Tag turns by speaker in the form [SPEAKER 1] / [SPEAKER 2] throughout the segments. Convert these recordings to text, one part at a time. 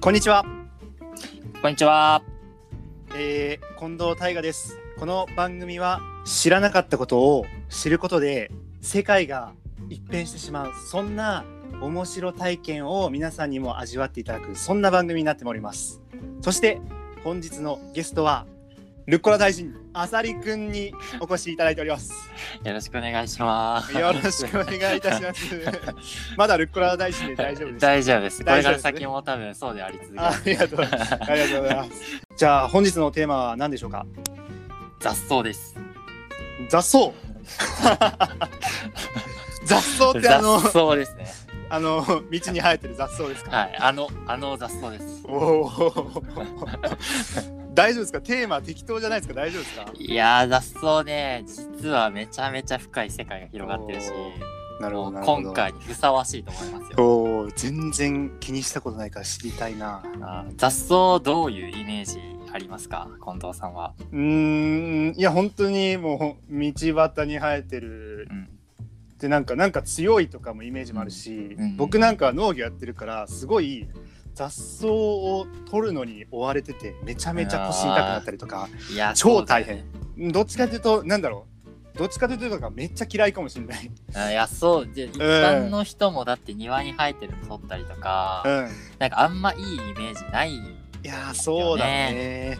[SPEAKER 1] こんにちは、
[SPEAKER 2] こんにちは。
[SPEAKER 1] えー、近藤大我ですこの番組は知らなかったことを知ることで世界が一変してしまうそんな面白体験を皆さんにも味わっていただくそんな番組になっておりますそして本日のゲストはルッコラ大臣あさりくんにお越しいただいております
[SPEAKER 2] よろしくお願いします。
[SPEAKER 1] よろしくお願いいたします まだルッコラ大臣で大丈夫ですか
[SPEAKER 2] 大丈夫です。これか
[SPEAKER 1] 大
[SPEAKER 2] ら
[SPEAKER 1] 丈夫です
[SPEAKER 2] 先
[SPEAKER 1] ね
[SPEAKER 2] も多分そうであり続け
[SPEAKER 1] あ
[SPEAKER 2] る。
[SPEAKER 1] りがとうございます。ありがとうございます。じゃあ本日のテーマは何でしょうか。
[SPEAKER 2] 雑草です。
[SPEAKER 1] 雑 草。雑草ってあの
[SPEAKER 2] 雑草ですね。
[SPEAKER 1] あの道に生えてる雑草ですか。
[SPEAKER 2] はい。あの、あの雑草です。
[SPEAKER 1] おお。大丈夫ですか。テーマ適当じゃないですか。大丈夫ですか。
[SPEAKER 2] いやー、雑草ね、実はめちゃめちゃ深い世界が広がってるし、
[SPEAKER 1] なる
[SPEAKER 2] も
[SPEAKER 1] ほ
[SPEAKER 2] う
[SPEAKER 1] ど。
[SPEAKER 2] 今。回にふさわしいと思いますよ。
[SPEAKER 1] おお全然気にしたことないから知りたいな。
[SPEAKER 2] あー雑草どういうイメージありますか近藤さんは。
[SPEAKER 1] うーんいや本当にもう道端に生えてる
[SPEAKER 2] うん。
[SPEAKER 1] でなんかなんか強いとかもイメージもあるし、
[SPEAKER 2] うん
[SPEAKER 1] 僕なんかは農業やってるからすごい雑草を取るのに追われててめちゃめちゃ腰痛くなったりとか
[SPEAKER 2] いやー、
[SPEAKER 1] 超
[SPEAKER 2] そうだよ
[SPEAKER 1] 大
[SPEAKER 2] ね。
[SPEAKER 1] うんどっちかというとなんだろうどっちかというとなんかめっちゃ嫌いかもしれない。
[SPEAKER 2] あいや、そう。で、一般の人もだって庭に生えてるの取ったりとか、
[SPEAKER 1] うん、
[SPEAKER 2] なんかあんまいいイメージない。い
[SPEAKER 1] いやーそうだね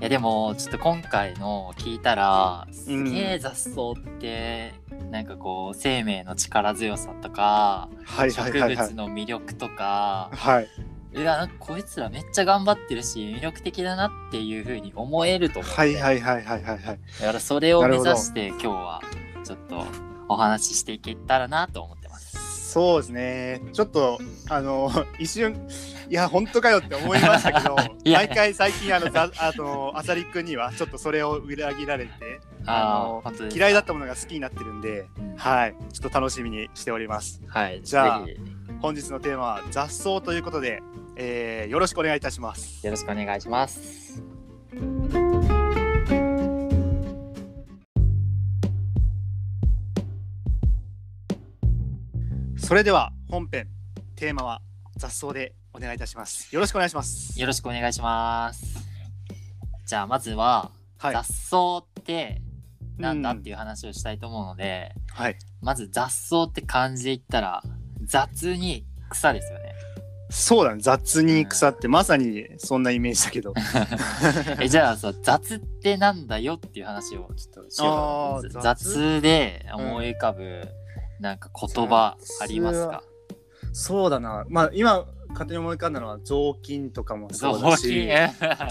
[SPEAKER 2] やでもちょっと今回の聞いたらす
[SPEAKER 1] うん
[SPEAKER 2] げえ雑草って、なんかこう生命の力強さとか
[SPEAKER 1] はい
[SPEAKER 2] 植
[SPEAKER 1] はい
[SPEAKER 2] 物
[SPEAKER 1] はいはい。
[SPEAKER 2] の魅力とか、
[SPEAKER 1] はい、
[SPEAKER 2] いやなんかこいつらめっちゃ頑張ってるし魅力的だなっていうふうに思えると思う、
[SPEAKER 1] はいはいはいはいはいはい。
[SPEAKER 2] だからそれを
[SPEAKER 1] な
[SPEAKER 2] 目
[SPEAKER 1] るほど
[SPEAKER 2] 指して今日はちょっとお話ししていけたらなと思ってます。
[SPEAKER 1] そうですね。ちょっとあの 一瞬いや本当かよって思いましたけど
[SPEAKER 2] 、いや
[SPEAKER 1] 毎回最近あのざ あのあさりくんにはちょっとそれを裏切られてあ
[SPEAKER 2] あ
[SPEAKER 1] の
[SPEAKER 2] あ本当ですか
[SPEAKER 1] 嫌いだったものが好きになってるんで、はい、ちょっと楽しみにしております。
[SPEAKER 2] はい、
[SPEAKER 1] じゃあ
[SPEAKER 2] ぜひ
[SPEAKER 1] 本日のテーマは雑草ということで、えーよろしくお願いいたします。
[SPEAKER 2] よろしくお願いします。
[SPEAKER 1] それでは本編テーマは雑草でお願いいたします。よろしくお願いします。
[SPEAKER 2] よろしくお願いします。じゃあまずは、
[SPEAKER 1] はい
[SPEAKER 2] 雑草ってなんだっていう話をしたいと思うので、
[SPEAKER 1] はい、
[SPEAKER 2] まず雑草って漢字で言ったら雑に草で すよね。
[SPEAKER 1] そうだね。雑に腐ってまさにそんなイメージだけ ど。
[SPEAKER 2] えじゃあさ雑ってなんだよっていう話をちょっとしよ
[SPEAKER 1] あ
[SPEAKER 2] う
[SPEAKER 1] ー
[SPEAKER 2] かな。
[SPEAKER 1] 雑
[SPEAKER 2] 雑で思い浮かぶ、なんか言葉ありますか
[SPEAKER 1] そうだな。まあ今勝手に思い浮かんだのは雑巾とかもそうだ
[SPEAKER 2] 雑
[SPEAKER 1] し
[SPEAKER 2] 巾。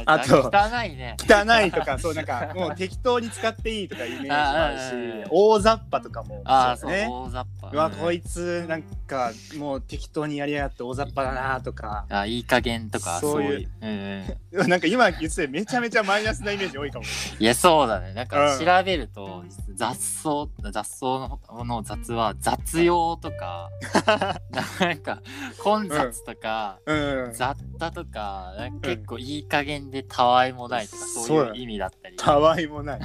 [SPEAKER 1] あ と
[SPEAKER 2] 汚いね。
[SPEAKER 1] 汚いとか、そうなんかもう適当に使っていいとかイメージもある
[SPEAKER 2] あーあーあ
[SPEAKER 1] し
[SPEAKER 2] ー、
[SPEAKER 1] 大雑把とかも
[SPEAKER 2] ああ
[SPEAKER 1] そ
[SPEAKER 2] そうう,、
[SPEAKER 1] だね。
[SPEAKER 2] 大雑把。
[SPEAKER 1] うわ、
[SPEAKER 2] ん
[SPEAKER 1] こいつなんかもう適当にやりやがって大雑把だなとか
[SPEAKER 2] あいい加減とか
[SPEAKER 1] そ
[SPEAKER 2] そうう
[SPEAKER 1] い
[SPEAKER 2] いうううんうん
[SPEAKER 1] なんか今言っててめちゃめちゃマイナスなイメージ多いかも
[SPEAKER 2] いやそうだねなんか
[SPEAKER 1] うん
[SPEAKER 2] 調べると、雑草雑草のの雑は雑用 とかなんか混雑とか、
[SPEAKER 1] うん
[SPEAKER 2] 雑多とかな
[SPEAKER 1] う
[SPEAKER 2] んか
[SPEAKER 1] ん
[SPEAKER 2] 結構いい加減でたわいもないとか、
[SPEAKER 1] そ
[SPEAKER 2] そううい
[SPEAKER 1] だ
[SPEAKER 2] う
[SPEAKER 1] ね
[SPEAKER 2] 意味だったり
[SPEAKER 1] たわいもない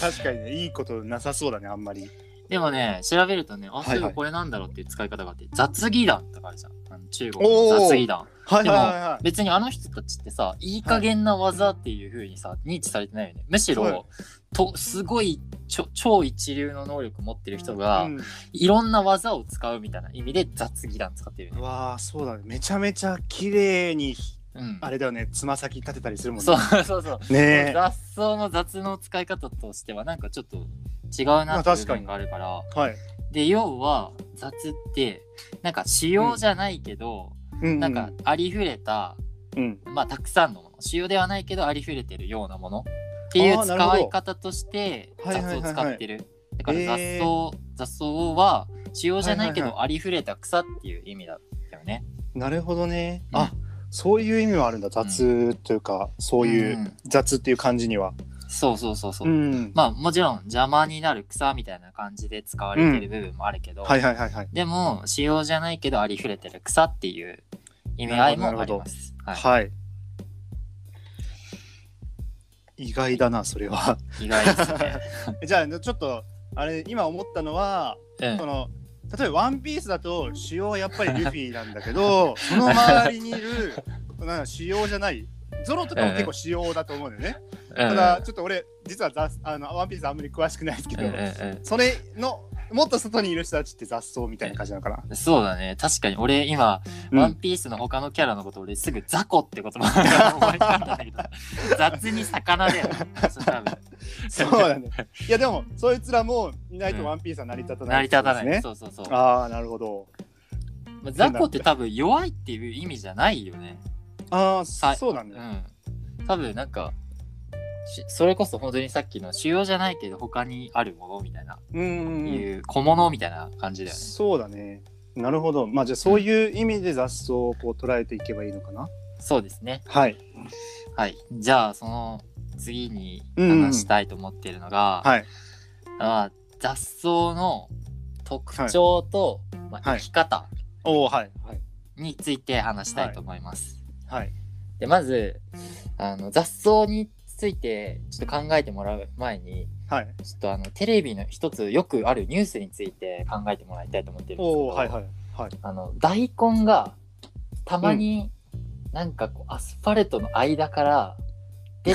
[SPEAKER 1] 確かにねいいことなさそうだねあんまり
[SPEAKER 2] でもね調べるとねあ
[SPEAKER 1] い
[SPEAKER 2] そ
[SPEAKER 1] はいう
[SPEAKER 2] いえばこれなんだろうっていう使い方があって、雑技団とかあるじゃんあの中国の雑技団
[SPEAKER 1] はい
[SPEAKER 2] はいはい
[SPEAKER 1] はい
[SPEAKER 2] 別にあの人たちってさいい加減な技っていう風にさ、認知されてないよねむしろ、
[SPEAKER 1] はい
[SPEAKER 2] とすごいちょ超一流の能力持ってる人が、
[SPEAKER 1] うん
[SPEAKER 2] いろんな技を使うみたいな意味で雑技団使ってるよ
[SPEAKER 1] う
[SPEAKER 2] ね、
[SPEAKER 1] わあそうだねめちゃめちゃ綺麗に
[SPEAKER 2] うん、
[SPEAKER 1] あれだよねつま先立てたりするもん
[SPEAKER 2] そ
[SPEAKER 1] ね
[SPEAKER 2] うそうそう、
[SPEAKER 1] ねえ
[SPEAKER 2] 雑草の雑の使い方としてはなんかちょっと違う
[SPEAKER 1] ま
[SPEAKER 2] な
[SPEAKER 1] あ
[SPEAKER 2] っていう
[SPEAKER 1] 確
[SPEAKER 2] 部
[SPEAKER 1] かに
[SPEAKER 2] 分があるから、
[SPEAKER 1] はい
[SPEAKER 2] で要は雑ってなんか使用じゃないけど、
[SPEAKER 1] うん
[SPEAKER 2] なんかありふれた
[SPEAKER 1] うん
[SPEAKER 2] まあ、たくさんのもの主要ではないけどありふれてるようなものってい
[SPEAKER 1] あー
[SPEAKER 2] う
[SPEAKER 1] なるほ
[SPEAKER 2] 使
[SPEAKER 1] ど
[SPEAKER 2] い方として
[SPEAKER 1] はい
[SPEAKER 2] 雑
[SPEAKER 1] はいはい
[SPEAKER 2] 草
[SPEAKER 1] はい
[SPEAKER 2] を使ってるだから
[SPEAKER 1] え
[SPEAKER 2] 雑草、
[SPEAKER 1] ー
[SPEAKER 2] 雑草は主要じゃないけ
[SPEAKER 1] はいはい
[SPEAKER 2] どありふれた草っていう意味だったよね、
[SPEAKER 1] なるほどね
[SPEAKER 2] うん
[SPEAKER 1] あそういう意味もあるんだ雑というかそういう
[SPEAKER 2] うん
[SPEAKER 1] 雑っていう感じには
[SPEAKER 2] そうそうそうそう、
[SPEAKER 1] うん
[SPEAKER 2] まあもちろん邪魔になる草みたいな感じで使われてる部分もあるけど、
[SPEAKER 1] はいはいはいはい
[SPEAKER 2] でも主要じゃないけどありふれてる草っていう意味合いもありますは
[SPEAKER 1] はい。意外だな、それ は。
[SPEAKER 2] い、意外ですね、
[SPEAKER 1] じゃあ、ちょっと、あれ、今思ったのは、
[SPEAKER 2] うん
[SPEAKER 1] その例えば「ワンピースだと主要はやっぱりルフィなんだけ どその周りにいるなんか主要じゃないゾロとかも結構主要だと思うんだよね、ただちょっと俺実はザあの「ワンピースあんまり詳しくないですけ
[SPEAKER 2] う
[SPEAKER 1] ど、
[SPEAKER 2] んうんう
[SPEAKER 1] それのもっと外にいる人たちって雑草みたいな感じなのかな、
[SPEAKER 2] んそうだね確かに俺今、
[SPEAKER 1] うん
[SPEAKER 2] ワンピースの他のキャラのこと俺すぐザコって言葉が思い浮かんだんだけど 雑に魚だよねそう多分
[SPEAKER 1] そうだね いやでもそいつらもいないと「ワンピースは成り立たな
[SPEAKER 2] 成
[SPEAKER 1] い
[SPEAKER 2] り
[SPEAKER 1] ってこ
[SPEAKER 2] 立
[SPEAKER 1] と
[SPEAKER 2] た
[SPEAKER 1] で
[SPEAKER 2] な
[SPEAKER 1] す
[SPEAKER 2] い、
[SPEAKER 1] ね、
[SPEAKER 2] そうそうそう、
[SPEAKER 1] ああなるほど
[SPEAKER 2] まあ、ザコって多分弱いっていう意味じゃないよね
[SPEAKER 1] ああ
[SPEAKER 2] さ
[SPEAKER 1] そうなんだ、
[SPEAKER 2] うん、多分なんかしそれこそ本当にさっきの主要じゃないけど他にあるものみたいな、
[SPEAKER 1] うんうんうん
[SPEAKER 2] いう小物みたいな感じだよね
[SPEAKER 1] そうだねなるほどまあじゃあそういう意味で雑草をこう捉えていけばいいのかな
[SPEAKER 2] そうですね
[SPEAKER 1] はい
[SPEAKER 2] はいじゃあその次に
[SPEAKER 1] うんうん
[SPEAKER 2] 話したいと思っているのが、
[SPEAKER 1] はい
[SPEAKER 2] まあ、雑草の特徴と、まあ
[SPEAKER 1] はい
[SPEAKER 2] 生き方
[SPEAKER 1] おおはいはい
[SPEAKER 2] について話したいと思います、
[SPEAKER 1] はい
[SPEAKER 2] でまずあの雑草についてちょっと考えてもらう前に
[SPEAKER 1] はい
[SPEAKER 2] ちょっとあのテレビの一つよくあるニュースについて考えてもらいたいと思ってるんですけ
[SPEAKER 1] お
[SPEAKER 2] ど、
[SPEAKER 1] おはいはいはい
[SPEAKER 2] あの大根がたまになんかこうアスファルトの間から 出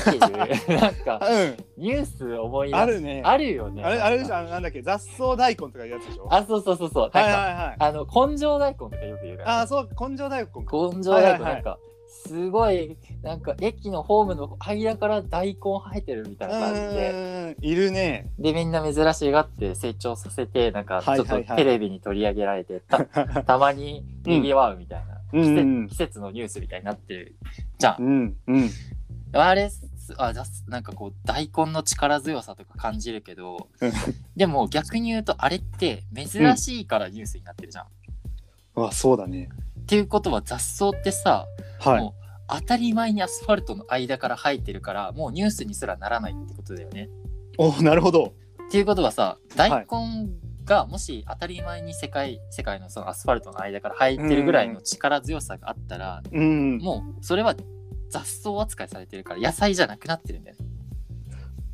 [SPEAKER 2] てるなんか
[SPEAKER 1] あうん
[SPEAKER 2] ニュース思い出す
[SPEAKER 1] あるね
[SPEAKER 2] あるよね
[SPEAKER 1] あれあれでしょ
[SPEAKER 2] ょ
[SPEAKER 1] あのなんだっけ雑草大根とかいうやつでしょ
[SPEAKER 2] あそうそうそうそうなんか、
[SPEAKER 1] はいはいはい
[SPEAKER 2] あの根性大根とかよく言うから
[SPEAKER 1] ああそう根性大根か
[SPEAKER 2] 根性大
[SPEAKER 1] はい
[SPEAKER 2] 根
[SPEAKER 1] はいはい
[SPEAKER 2] なんかすごいなんか駅のホームの間から大根生えてるみたいな感じで
[SPEAKER 1] うんいるね
[SPEAKER 2] でみんな珍しがって成長させてなんか
[SPEAKER 1] は
[SPEAKER 2] ち
[SPEAKER 1] い
[SPEAKER 2] ょっ
[SPEAKER 1] はいは
[SPEAKER 2] と
[SPEAKER 1] い
[SPEAKER 2] テレビに取り上げられて、 たたまににぎわうみたい
[SPEAKER 1] う
[SPEAKER 2] な、
[SPEAKER 1] ん
[SPEAKER 2] 季節
[SPEAKER 1] うんうん
[SPEAKER 2] 季節のニュースみたいになってるじゃん、
[SPEAKER 1] うんうん
[SPEAKER 2] あれすあざすなんかこう大根の力強さとか感じるけど
[SPEAKER 1] うん
[SPEAKER 2] でも逆に言うとあれって珍しいからニュースになってるじゃん、
[SPEAKER 1] あそうだね
[SPEAKER 2] っていうことは雑草ってさ
[SPEAKER 1] は
[SPEAKER 2] もう当たり前にアスファルトの間から生えてるからもうニュースにすらならないってことだよね
[SPEAKER 1] おおなるほど
[SPEAKER 2] っていうことはさ大根がもし当たり前に世界世界のそのアスファルトの間から入ってるぐらいの力強さがあったら、
[SPEAKER 1] うん
[SPEAKER 2] もうそれは雑草扱いされてるから野菜じゃなくなってるんだよね。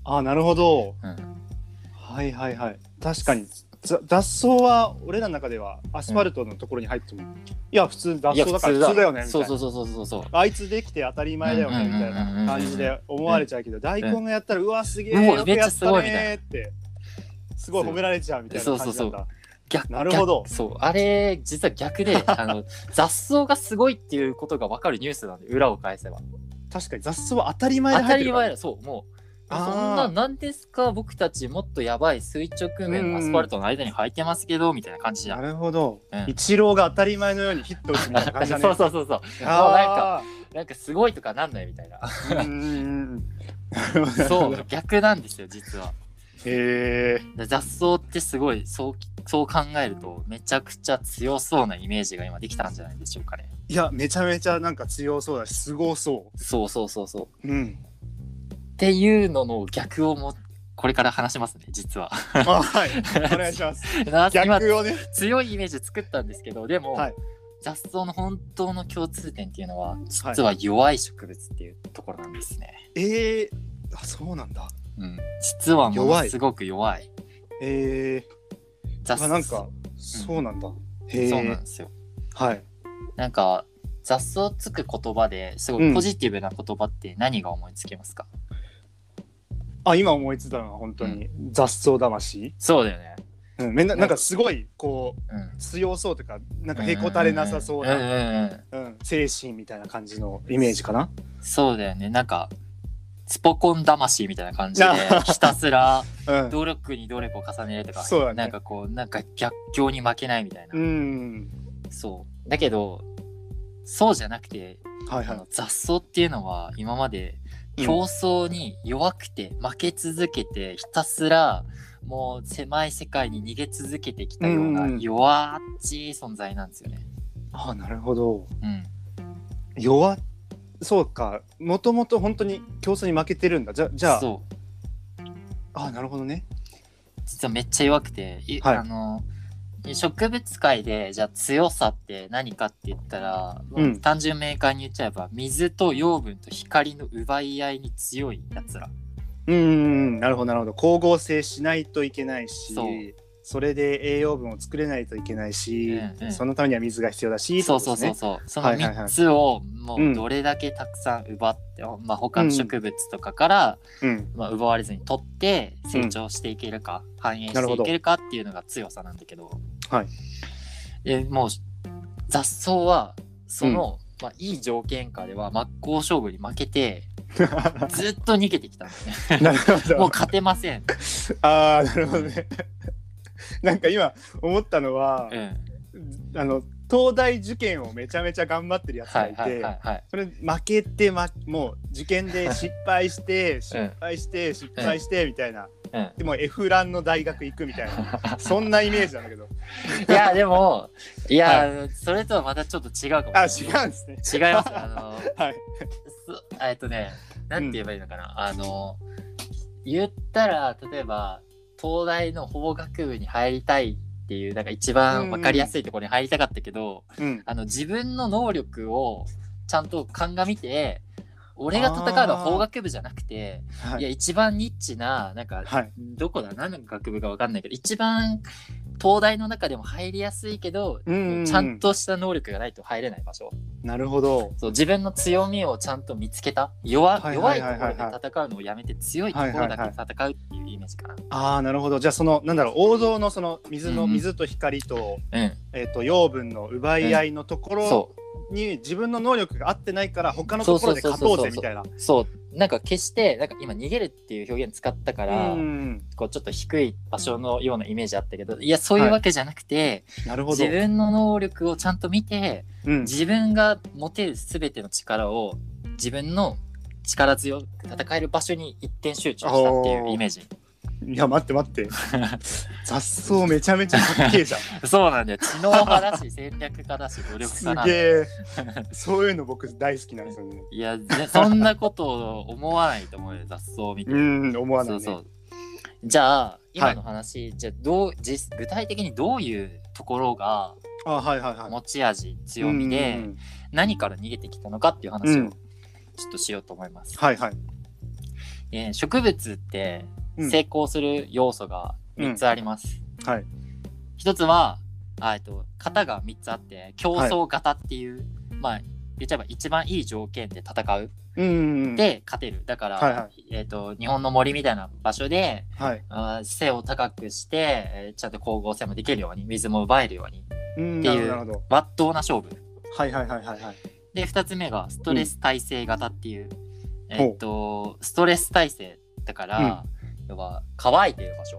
[SPEAKER 1] あなるほど
[SPEAKER 2] うん
[SPEAKER 1] はいはいはい確かにざ雑草は俺らの中ではアスファルトのところに入っても、いや普通雑草だから普通だよねみたい
[SPEAKER 2] そう
[SPEAKER 1] な
[SPEAKER 2] そうそうそうそうそう。
[SPEAKER 1] あいつできて当たり前だよねみたいな感じで思われちゃうけど大根がやったらうわすげえ
[SPEAKER 2] う
[SPEAKER 1] よ
[SPEAKER 2] わ
[SPEAKER 1] く
[SPEAKER 2] めっち
[SPEAKER 1] や
[SPEAKER 2] ゃ
[SPEAKER 1] っ
[SPEAKER 2] すご
[SPEAKER 1] た
[SPEAKER 2] いみたいな
[SPEAKER 1] ねってすごい褒められちゃうみたいな感じなんだ
[SPEAKER 2] 逆
[SPEAKER 1] なるほど
[SPEAKER 2] 逆そうあれ実は逆 であの雑草がすごいっていうことが分かるニュースなんで裏を返せば
[SPEAKER 1] 確かに雑草は当たり前
[SPEAKER 2] 当
[SPEAKER 1] で入
[SPEAKER 2] た
[SPEAKER 1] って
[SPEAKER 2] り
[SPEAKER 1] るから
[SPEAKER 2] 前だそうもうそ
[SPEAKER 1] あー
[SPEAKER 2] んななんですか僕たちもっとやばい垂直面のアスファルトの間に入ってますけど、みたいな感じじゃん
[SPEAKER 1] なるほど、
[SPEAKER 2] うん
[SPEAKER 1] イチローが当たり前のようにヒット打つみたいな感じだね
[SPEAKER 2] そうそうそうそうもうなんか
[SPEAKER 1] あ
[SPEAKER 2] なんかすごいとかなんないみたいな
[SPEAKER 1] ーうんうんうんなるほど
[SPEAKER 2] そう逆なんですよ実は
[SPEAKER 1] へえ
[SPEAKER 2] 雑草ってすごいそうそう考えるとめちゃくちゃ強そうなイメージが今できたんじゃないでしょうかね
[SPEAKER 1] いやめちゃめちゃなんか強そうだしすごそ
[SPEAKER 2] そうそうそうそう
[SPEAKER 1] ううん
[SPEAKER 2] っていうのの逆をもこれから話しますね実は
[SPEAKER 1] あはいお願いします
[SPEAKER 2] な今
[SPEAKER 1] 逆をね
[SPEAKER 2] 強いイメージ作ったんですけどでも、
[SPEAKER 1] はい
[SPEAKER 2] 雑草の本当の共通点っていうのは実は弱い植物っていうところなんですね、
[SPEAKER 1] ええあそうなんだ
[SPEAKER 2] うん、実はも
[SPEAKER 1] 弱
[SPEAKER 2] の
[SPEAKER 1] い
[SPEAKER 2] すごく弱い
[SPEAKER 1] ええ
[SPEAKER 2] 雑草
[SPEAKER 1] あなんかそうなんだ、へえ
[SPEAKER 2] そうなんですよ
[SPEAKER 1] はい
[SPEAKER 2] なんか雑草つく言葉ですごいポジティブな言葉って何が思いつきますか、
[SPEAKER 1] あ今思いついたのは本当に雑草魂、
[SPEAKER 2] そうだよね、
[SPEAKER 1] うん、めんななんかすごいこ
[SPEAKER 2] うん
[SPEAKER 1] う強そうというかなんか
[SPEAKER 2] うん
[SPEAKER 1] へこたれなさそうな、
[SPEAKER 2] んうんうん
[SPEAKER 1] うん、精神みたいな感じのイメージかな
[SPEAKER 2] そうだよねなんかスポコン魂みたいな感じで
[SPEAKER 1] な
[SPEAKER 2] ひたすら
[SPEAKER 1] うん、
[SPEAKER 2] 努力に努力を重ねるとか、
[SPEAKER 1] そうだね
[SPEAKER 2] なんかこうなんか逆境に負けないみたいな、
[SPEAKER 1] うん、
[SPEAKER 2] そうだけどそうじゃなくて、
[SPEAKER 1] はいは
[SPEAKER 2] あ
[SPEAKER 1] い
[SPEAKER 2] の雑草っていうのは今まで
[SPEAKER 1] うん
[SPEAKER 2] 競争に弱くて負け続けて、ひたすらもう狭い世界に逃げ続けてきたような
[SPEAKER 1] うんうん
[SPEAKER 2] 弱っちい存在なんですよね。
[SPEAKER 1] あなるほど
[SPEAKER 2] うん、
[SPEAKER 1] 弱そうかもともと本当に競争に負けてるんだじゃじゃあ
[SPEAKER 2] そう
[SPEAKER 1] あなるほどね
[SPEAKER 2] 実はめっちゃ弱くて、い
[SPEAKER 1] はい
[SPEAKER 2] あの植物界でじゃあ強さって何かって言ったら、
[SPEAKER 1] うん
[SPEAKER 2] 単純明快に言っちゃえば水と養分と光の奪い合いに強いやつら
[SPEAKER 1] うんうんうんなるほどなるほど光合成しないといけないし
[SPEAKER 2] そう
[SPEAKER 1] それで栄養分を作れないといけないし、
[SPEAKER 2] うんうん
[SPEAKER 1] そのためには水が必要だし
[SPEAKER 2] そうそうそう
[SPEAKER 1] って
[SPEAKER 2] そう。その
[SPEAKER 1] はいはいはい
[SPEAKER 2] 3つをも
[SPEAKER 1] うん
[SPEAKER 2] うどれだけたくさん奪って、まあ他の植物とかから、
[SPEAKER 1] ことですね
[SPEAKER 2] まあ、奪われずに取って成長していけるか、繁栄
[SPEAKER 1] なる
[SPEAKER 2] して
[SPEAKER 1] ほど
[SPEAKER 2] いけるかっていうのが強さなんだけど。
[SPEAKER 1] はい。
[SPEAKER 2] でもう雑草はその、まあ、いい条件下では真っ向勝負に負けてずっと逃げてきたんだよ
[SPEAKER 1] うん なるほ
[SPEAKER 2] ね。もう
[SPEAKER 1] ど
[SPEAKER 2] 勝てま せん。
[SPEAKER 1] ああなるほどねなんか今思ったのは
[SPEAKER 2] う、ん。
[SPEAKER 1] あの東大受験をめちゃめちゃ頑張ってるやつ
[SPEAKER 2] は
[SPEAKER 1] がい
[SPEAKER 2] い
[SPEAKER 1] て、
[SPEAKER 2] はいはいはい。
[SPEAKER 1] それ負けて、ま、もう受験で失敗 して失敗して失敗してみたいな、
[SPEAKER 2] うん
[SPEAKER 1] でもエフランの大学行くみたいなそんなイメージなんだけ ど
[SPEAKER 2] いやでもいや、それとはまたちょっと違うかも
[SPEAKER 1] あ
[SPEAKER 2] し
[SPEAKER 1] 違
[SPEAKER 2] れない。
[SPEAKER 1] うんですね
[SPEAKER 2] 違います。 あの
[SPEAKER 1] はい
[SPEAKER 2] そえっとねなんて言えばいいのかな、あの言ったら例えば東大の法学部に入りたいっていうなんか一番分かりやすいところに入りたかったけど、
[SPEAKER 1] うん
[SPEAKER 2] あの自分の能力をちゃんと鑑みて俺が戦うのは法学部じゃなくて、、
[SPEAKER 1] はい
[SPEAKER 2] や
[SPEAKER 1] い
[SPEAKER 2] 一番ニッチななんか
[SPEAKER 1] はい
[SPEAKER 2] どこだ何の学部か分かんないけど一番東大の中でも入りやすいけど、
[SPEAKER 1] うんうんうん
[SPEAKER 2] ちゃんとした能力がないと入れない場所
[SPEAKER 1] なるほど
[SPEAKER 2] そう自分の強みをちゃんと見つけた
[SPEAKER 1] は
[SPEAKER 2] 弱,、
[SPEAKER 1] いは
[SPEAKER 2] 弱
[SPEAKER 1] い
[SPEAKER 2] い
[SPEAKER 1] はいはい
[SPEAKER 2] ところで戦うのをやめて強いところだけ戦うっていうイメージかな。
[SPEAKER 1] ああなるほどじゃあそのなんだろう王道のその水の、
[SPEAKER 2] うんうん
[SPEAKER 1] 水と光と,、
[SPEAKER 2] うん
[SPEAKER 1] えー、と養分の奪い合いのところ
[SPEAKER 2] そ
[SPEAKER 1] に自分の能力が合ってないから他のところで勝とうぜみたいな。
[SPEAKER 2] うそうなんか決してなんか今逃げるっていう表現使ったから、
[SPEAKER 1] うん
[SPEAKER 2] こうちょっと低い場所のようなイメージあったけどいやそういうわけじゃなくて、
[SPEAKER 1] なるほど
[SPEAKER 2] 自。分の能力をちゃんと見て
[SPEAKER 1] うん
[SPEAKER 2] 自分が持てる全ての力を自分の力強く戦える場所に一点集中したっていうイメージ。
[SPEAKER 1] いや待って待 って雑草めちゃめちゃかっけえじゃん
[SPEAKER 2] そうなんだよ知能派だし戦略家だし努力
[SPEAKER 1] す
[SPEAKER 2] 家なんだ
[SPEAKER 1] げ
[SPEAKER 2] よ
[SPEAKER 1] え そういうの僕大好きなんですよね
[SPEAKER 2] いやぜ そんなことを思わないと思うよ雑草みたいな。
[SPEAKER 1] うん思わない
[SPEAKER 2] そ
[SPEAKER 1] ね
[SPEAKER 2] うそうじゃあ
[SPEAKER 1] は
[SPEAKER 2] 今
[SPEAKER 1] い
[SPEAKER 2] の話、じゃあどう実具体的にどういうところが
[SPEAKER 1] あはいはいはい
[SPEAKER 2] 持ち味強みで、
[SPEAKER 1] うん
[SPEAKER 2] 何から逃げてきたのかっていう話
[SPEAKER 1] う
[SPEAKER 2] を
[SPEAKER 1] ん
[SPEAKER 2] ちょっとしようと思います。
[SPEAKER 1] はいはい
[SPEAKER 2] えー植物って
[SPEAKER 1] うん
[SPEAKER 2] 成功する要素が3つあります。
[SPEAKER 1] うんはい
[SPEAKER 2] 1つはあえっと型が3つあって競争型っていう、まあ言っちゃえば一番いい条件で戦う
[SPEAKER 1] うんうんうん
[SPEAKER 2] で勝てるだから、
[SPEAKER 1] はいは
[SPEAKER 2] えっと日本の森みたいな場所で
[SPEAKER 1] はい
[SPEAKER 2] あー背を高くして、えーちゃんと光合成もできるように水も奪えるように
[SPEAKER 1] うん
[SPEAKER 2] って
[SPEAKER 1] ないるほど
[SPEAKER 2] う
[SPEAKER 1] なるほど
[SPEAKER 2] まっとうな勝負
[SPEAKER 1] はいはいはいはいはい
[SPEAKER 2] で2つ目がストレス耐性型っていう、
[SPEAKER 1] ほう
[SPEAKER 2] えっとストレス耐性だから、要は乾いてる場所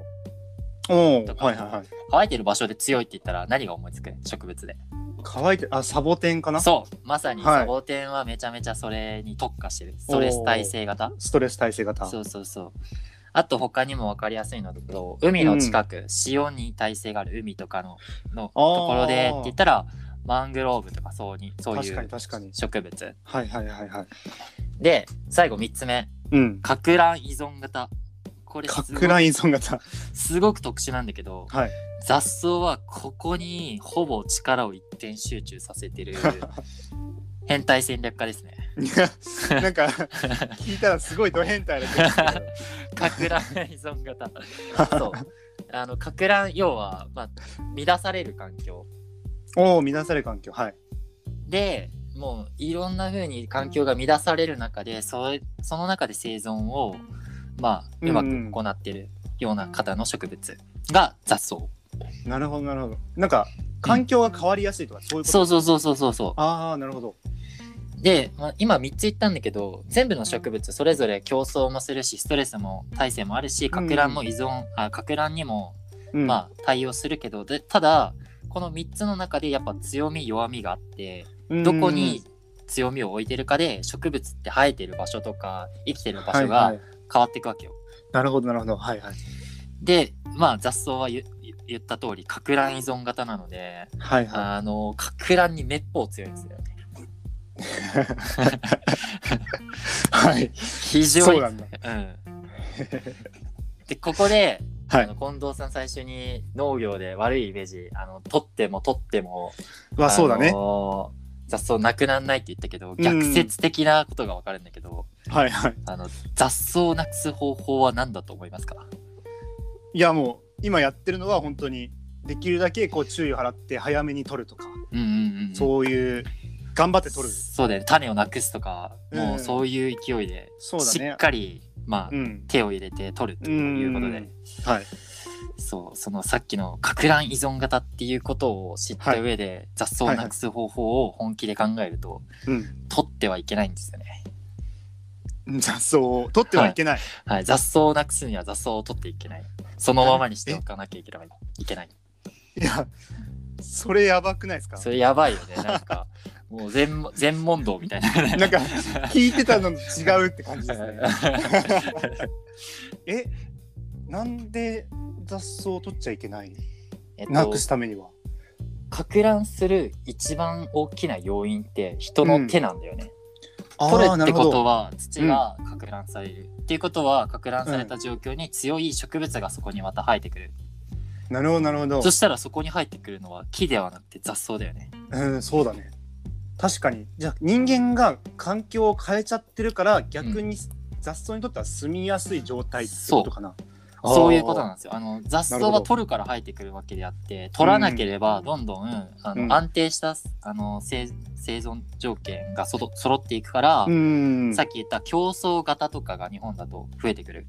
[SPEAKER 1] お
[SPEAKER 2] と
[SPEAKER 1] ー
[SPEAKER 2] か
[SPEAKER 1] はいはいはい
[SPEAKER 2] 乾いてる場所で強いって言ったら何が思いつく植物で
[SPEAKER 1] 乾いてあサボテンかな
[SPEAKER 2] そうまさに
[SPEAKER 1] はい
[SPEAKER 2] サボテンはめちゃめちゃそれに特化してるストレス耐性型
[SPEAKER 1] ストレス耐性型
[SPEAKER 2] そうそうそうあと他にも分かりやすいのだけど海の近く、潮に耐性がある海とかののと
[SPEAKER 1] あー
[SPEAKER 2] ころでって言ったらマングローブとかそうにそうい
[SPEAKER 1] 確か
[SPEAKER 2] う
[SPEAKER 1] に確かに
[SPEAKER 2] 植物
[SPEAKER 1] はいはいはいはい
[SPEAKER 2] で最後3つ目
[SPEAKER 1] うん
[SPEAKER 2] かく乱依存型これすご
[SPEAKER 1] 格ラインソン型
[SPEAKER 2] すごく特殊なんだけど
[SPEAKER 1] はい
[SPEAKER 2] 雑草はここにほぼ力を一点集中させ てる変態戦略家ですね。
[SPEAKER 1] いや なんか聞いたらすごいド変態な気がするけど
[SPEAKER 2] かく乱依存型そうあのかく乱要は、まあ、乱される環境
[SPEAKER 1] おお乱され環境はい
[SPEAKER 2] でもういろんな風に環境が乱される中でそれその中で生存をまあ
[SPEAKER 1] うん
[SPEAKER 2] うまく行ってるような方の植物が雑草、
[SPEAKER 1] なるほどなるほどなんか環境が変わりやすいとかそういうこと
[SPEAKER 2] そうそうそうそうそうそ
[SPEAKER 1] ああなるほど
[SPEAKER 2] うで、まあ、今3つ言ったんだけど全部の植物それぞれ競争もするしストレスも耐性もあるしかく乱も依存、あかく乱にも
[SPEAKER 1] うん
[SPEAKER 2] まあ、対応するけどでただこの3つの中でやっぱ強み弱みがあってどこに強みを置いてるかで植物って生えてる場所とか生きてる場所
[SPEAKER 1] はい
[SPEAKER 2] が
[SPEAKER 1] はい
[SPEAKER 2] 変わっていくわけよ。
[SPEAKER 1] なるほどなるほどはいはい
[SPEAKER 2] でまあ雑草は言言言った通りかく乱依存型なので
[SPEAKER 1] はいは
[SPEAKER 2] あのかく乱にめっぽう強いんですよね。
[SPEAKER 1] いはい
[SPEAKER 2] 非常
[SPEAKER 1] そ
[SPEAKER 2] に
[SPEAKER 1] うなんだ
[SPEAKER 2] うん、でここで、
[SPEAKER 1] はい
[SPEAKER 2] あの近藤さん最初に農業で悪いイメージあの取っても取っても
[SPEAKER 1] まあそうだね
[SPEAKER 2] あのー雑草なくなんないって言ったけど
[SPEAKER 1] ん
[SPEAKER 2] 逆説的なことがわかるんだけど、
[SPEAKER 1] はいはい
[SPEAKER 2] あの雑草をなくす方法は何だと思いますか
[SPEAKER 1] いやも今やってるのは本当にできるだけこう注意を払って早めに取るとか、
[SPEAKER 2] うんうんうん、
[SPEAKER 1] そういう頑張って取る
[SPEAKER 2] そうだよね種をなくすとか、
[SPEAKER 1] うん
[SPEAKER 2] もうそういう勢いで
[SPEAKER 1] そうだ
[SPEAKER 2] し
[SPEAKER 1] ね
[SPEAKER 2] っかり、まあ、
[SPEAKER 1] うん
[SPEAKER 2] 手を入れて取るということで、
[SPEAKER 1] うんはい
[SPEAKER 2] そうそのさっきのかく乱依存型っていうことを知った上で、雑草をなくす方法を本気で考えると、
[SPEAKER 1] うん
[SPEAKER 2] 取ってはいけないんですよね、
[SPEAKER 1] 雑草を取ってはいけない、
[SPEAKER 2] はい、雑草をなくすには雑草を取っていけないそのままにしておかなきゃいけないいけない
[SPEAKER 1] い、やそれやばくないですか
[SPEAKER 2] それやばいよねなんかもう全全問答みたいな
[SPEAKER 1] なんか聞いてたのと違うって感じですねえなんで雑草を取っちゃいけない、
[SPEAKER 2] えっ
[SPEAKER 1] な
[SPEAKER 2] と
[SPEAKER 1] くすためには
[SPEAKER 2] か乱する一番大きな要因って人の手なんだよね、
[SPEAKER 1] あ
[SPEAKER 2] 取る
[SPEAKER 1] ーな
[SPEAKER 2] ってこ
[SPEAKER 1] るほ
[SPEAKER 2] とは土がか乱される、っていうことはか乱された状況に強い植物がそこにまた生えてくる、
[SPEAKER 1] どなるほどなるほど
[SPEAKER 2] そしたらそこに生えてくるのは木ではなくて雑草だよね
[SPEAKER 1] うん、そうだね。確かに。じゃあ人間が環境を変えちゃってるから逆に雑草にとっては住みやすい状態ってことかな。あー
[SPEAKER 2] そういうことなんですよ。あの雑
[SPEAKER 1] なる
[SPEAKER 2] 草
[SPEAKER 1] ほ
[SPEAKER 2] は
[SPEAKER 1] ど
[SPEAKER 2] 取るから生えてくるわけであって、取らなければどんどん、あの
[SPEAKER 1] うん
[SPEAKER 2] 安定したあの生生存条件がそろ揃っていくから、
[SPEAKER 1] うん。
[SPEAKER 2] さっき言った競争型とかが日本だと増えてくる。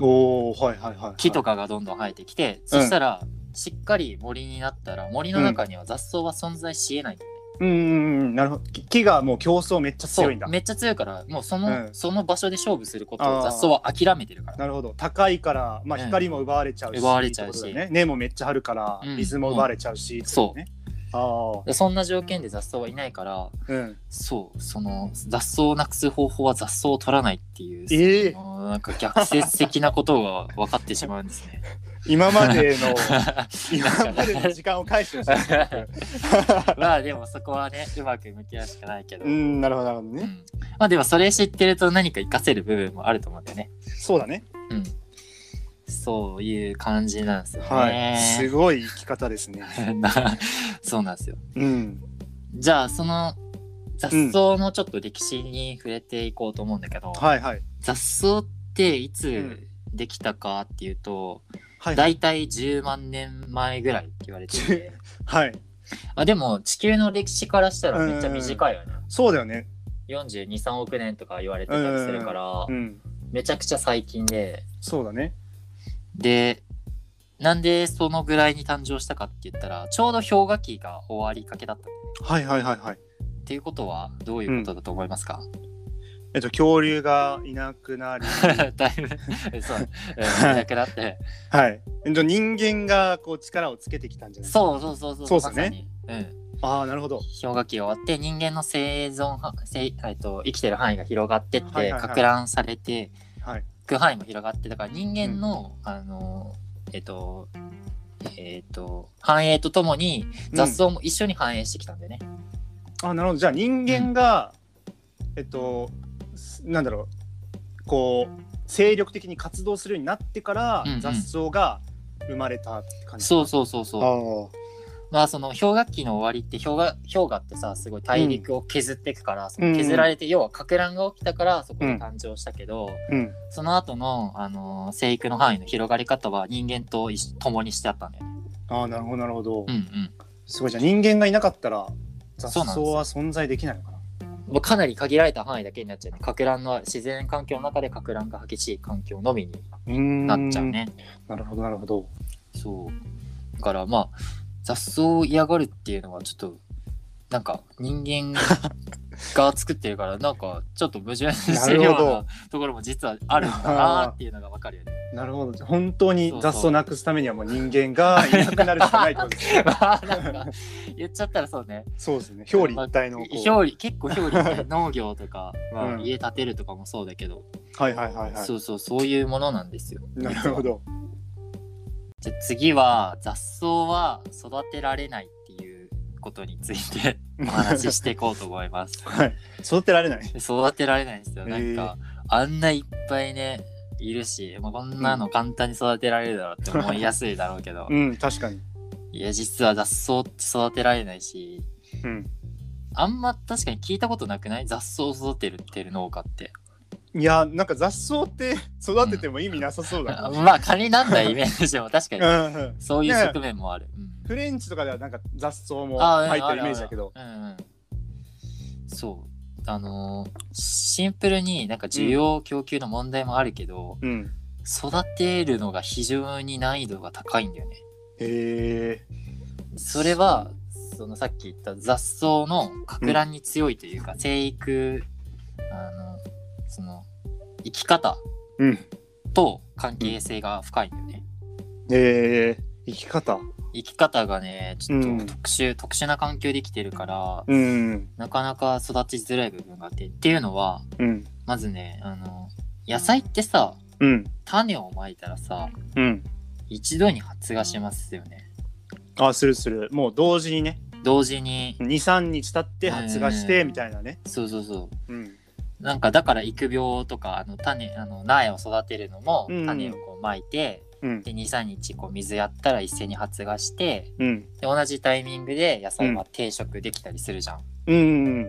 [SPEAKER 1] おおはいはいはい。
[SPEAKER 2] 木と
[SPEAKER 1] か。
[SPEAKER 2] かがどんどん生えてきて、そしたらしっかり森になったら森の中には雑草は存在しえないんだよ
[SPEAKER 1] う
[SPEAKER 2] ね。
[SPEAKER 1] んうんうん。なるほど。き木がもう競争めっちゃ強いんだ。
[SPEAKER 2] めっちゃ強いからもうその,、
[SPEAKER 1] うん
[SPEAKER 2] その場所で勝負すること
[SPEAKER 1] あー
[SPEAKER 2] を雑草は諦めてるから。
[SPEAKER 1] なるほど。高いから、まあ、
[SPEAKER 2] うん
[SPEAKER 1] 光も奪われちゃうし、
[SPEAKER 2] 奪われちゃうし
[SPEAKER 1] ってことだよね、根もめっちゃ張るから、
[SPEAKER 2] うん
[SPEAKER 1] 水も奪われちゃうし、ってことね。あ
[SPEAKER 2] でそんな条件で雑草はいないから、
[SPEAKER 1] あ。うん。
[SPEAKER 2] そう、その雑草をなくす方法は雑草を取らないっていう、
[SPEAKER 1] ええ
[SPEAKER 2] そのなんか逆説的なことが分かってしまうんで すね。
[SPEAKER 1] 今まで の今
[SPEAKER 2] なん
[SPEAKER 1] ま
[SPEAKER 2] か
[SPEAKER 1] での時間を返してほしい
[SPEAKER 2] まあでもそこはね、うまく向き合うしかないけど。
[SPEAKER 1] う
[SPEAKER 2] うん
[SPEAKER 1] んなるほどなるほどね、
[SPEAKER 2] まあでもそれ知ってると何か活かせる部分もあると思うんだよね。
[SPEAKER 1] そうだね
[SPEAKER 2] うん。そういう感じなんですよ
[SPEAKER 1] はいす
[SPEAKER 2] ね。
[SPEAKER 1] ごい生き方ですね
[SPEAKER 2] なそうなんですよ。
[SPEAKER 1] うん
[SPEAKER 2] じゃあその雑草のちょっと歴史に触れていこうと思うんだけど、
[SPEAKER 1] はいはい
[SPEAKER 2] 雑草っていつ
[SPEAKER 1] ん
[SPEAKER 2] できたかっていうと、
[SPEAKER 1] はい
[SPEAKER 2] 大体10万年前ぐらいって言われてて
[SPEAKER 1] はい。
[SPEAKER 2] あでも地球の歴史からしたらめっちゃ短いよね、
[SPEAKER 1] そうだよね。
[SPEAKER 2] 423億年とか言われてたりするから、
[SPEAKER 1] うん。
[SPEAKER 2] めちゃくちゃ最近で
[SPEAKER 1] そうだね。
[SPEAKER 2] でなんでそのぐらいに誕生したかって言ったらちょうど氷河期が終わりかけだった
[SPEAKER 1] はいはいはいはい。
[SPEAKER 2] っていうことはどういうことだと思いますか、
[SPEAKER 1] えっと、恐竜がいなくなり。
[SPEAKER 2] だいぶそう、うん、なくなって
[SPEAKER 1] はい。えっと、人間がこう力をつけてきたんじゃない
[SPEAKER 2] そうそうそうそう
[SPEAKER 1] そうっすね
[SPEAKER 2] まさにうん
[SPEAKER 1] ああ、なるほど。
[SPEAKER 2] 氷河期が終わって人間の生存は生,、えっと生きてる範囲が広がってって、
[SPEAKER 1] はいはいはい
[SPEAKER 2] かく乱されて
[SPEAKER 1] はい。
[SPEAKER 2] く範囲も広がってだから人間の、あのえっ、とえっ、と繁栄とともに雑草も一緒に繁栄してきたんだよね、
[SPEAKER 1] あなるほど。じゃあ人間が、えっと、すなんだろう。こう、精力的に活動するようになってから
[SPEAKER 2] うんう、ん
[SPEAKER 1] 雑草が生まれたって感じ。
[SPEAKER 2] そうそうそうそう
[SPEAKER 1] う。
[SPEAKER 2] まあその氷河期の終わりって氷河氷河ってさすごい大陸を削っていくから、その削られて、要はかく乱が起きたからそこで誕生したけど、
[SPEAKER 1] うん。
[SPEAKER 2] その後のあの生育の範囲の広がり方は人間と一緒共にしてあったんだよね。
[SPEAKER 1] ああ、なるほど、なるほど
[SPEAKER 2] うん。うん
[SPEAKER 1] すごい。じゃあ人間がいなかったら、雑
[SPEAKER 2] そう
[SPEAKER 1] 草
[SPEAKER 2] なんですよ
[SPEAKER 1] は存在できないのかな。
[SPEAKER 2] まあかなり限られた範囲だけになっちゃうね。かく乱の自然環境の中でかく乱が激しい環境のみに
[SPEAKER 1] うーん
[SPEAKER 2] なっちゃう。ね。
[SPEAKER 1] なるほど、なるほど。
[SPEAKER 2] そう。だからまあ雑草を嫌がるっていうのはちょっとなんか人間 が作ってるからなんかちょっと矛盾してるよう
[SPEAKER 1] なるほ
[SPEAKER 2] なところも実はあるのかなっていうのがわかるよ ね。
[SPEAKER 1] なるほど本当に
[SPEAKER 2] そうそう
[SPEAKER 1] 雑草をなくすためにはもう人間がいなくなるしかないって ことですね
[SPEAKER 2] まあなんか言っちゃったらそ うね。
[SPEAKER 1] そうですね表裏一体のこう
[SPEAKER 2] 表裏結構表裏って農業 とか、ま
[SPEAKER 1] う
[SPEAKER 2] あ、
[SPEAKER 1] ん
[SPEAKER 2] 家建てるとかもそうだけど、
[SPEAKER 1] はいはいはいは
[SPEAKER 2] そうそうそういうものなんですよ。
[SPEAKER 1] いなるほど
[SPEAKER 2] じゃあ次は雑草は育てられないっていうことについてお話ししていこうと思いま す。
[SPEAKER 1] はい 育てられない
[SPEAKER 2] 育てられないんですよ。なんか、あんないっぱいねいるし、まあ、こんなの簡単に育てられるだろうって思いやすいだろうけど、
[SPEAKER 1] うん確かに
[SPEAKER 2] いや実は雑草って育てられないし
[SPEAKER 1] うん
[SPEAKER 2] あんま確かに聞いたことなくない雑草を育てるってる農家って。
[SPEAKER 1] いやなんか雑草って 育てても意味なさそうだな、
[SPEAKER 2] まあカニなんだイメー ジも確か
[SPEAKER 1] う
[SPEAKER 2] に
[SPEAKER 1] んうん
[SPEAKER 2] そういう側面もある、
[SPEAKER 1] フレンチとかではなんか雑草も
[SPEAKER 2] ああうん
[SPEAKER 1] 入って
[SPEAKER 2] あ
[SPEAKER 1] る
[SPEAKER 2] る
[SPEAKER 1] イメージだけど
[SPEAKER 2] うんうんそうあのーシンプルになんか需要供給の問題もあるけど、
[SPEAKER 1] うん
[SPEAKER 2] 育てるのが非常に難易度が高いんだよね
[SPEAKER 1] へえ
[SPEAKER 2] それはそのさっき言った雑草のか乱に強いというか、生育あのその生き方
[SPEAKER 1] うん
[SPEAKER 2] と関係性が深いんだよね、
[SPEAKER 1] えー、生き方
[SPEAKER 2] 生き方がねちょっ
[SPEAKER 1] うん
[SPEAKER 2] と特殊、特殊な環境で生きてるから
[SPEAKER 1] うん
[SPEAKER 2] なかなか育ちづらい部分があってっていうのは
[SPEAKER 1] うん
[SPEAKER 2] まずねあの野菜ってさ
[SPEAKER 1] うん
[SPEAKER 2] 種をまいたらさ
[SPEAKER 1] うん
[SPEAKER 2] 一度に発芽しますよね
[SPEAKER 1] あするするもう同時にね
[SPEAKER 2] 同時に
[SPEAKER 1] 23日経って発芽して
[SPEAKER 2] うん
[SPEAKER 1] みたいなね
[SPEAKER 2] そうそうそう
[SPEAKER 1] うん
[SPEAKER 2] なんかだから育苗とかあの種あの苗を育てるのも
[SPEAKER 1] うん
[SPEAKER 2] 種をこうまいて、
[SPEAKER 1] うん
[SPEAKER 2] で23日こう水やったら一斉に発芽して
[SPEAKER 1] うん
[SPEAKER 2] で同じタイミングで野菜は定食できたりするじゃん。
[SPEAKER 1] うんうん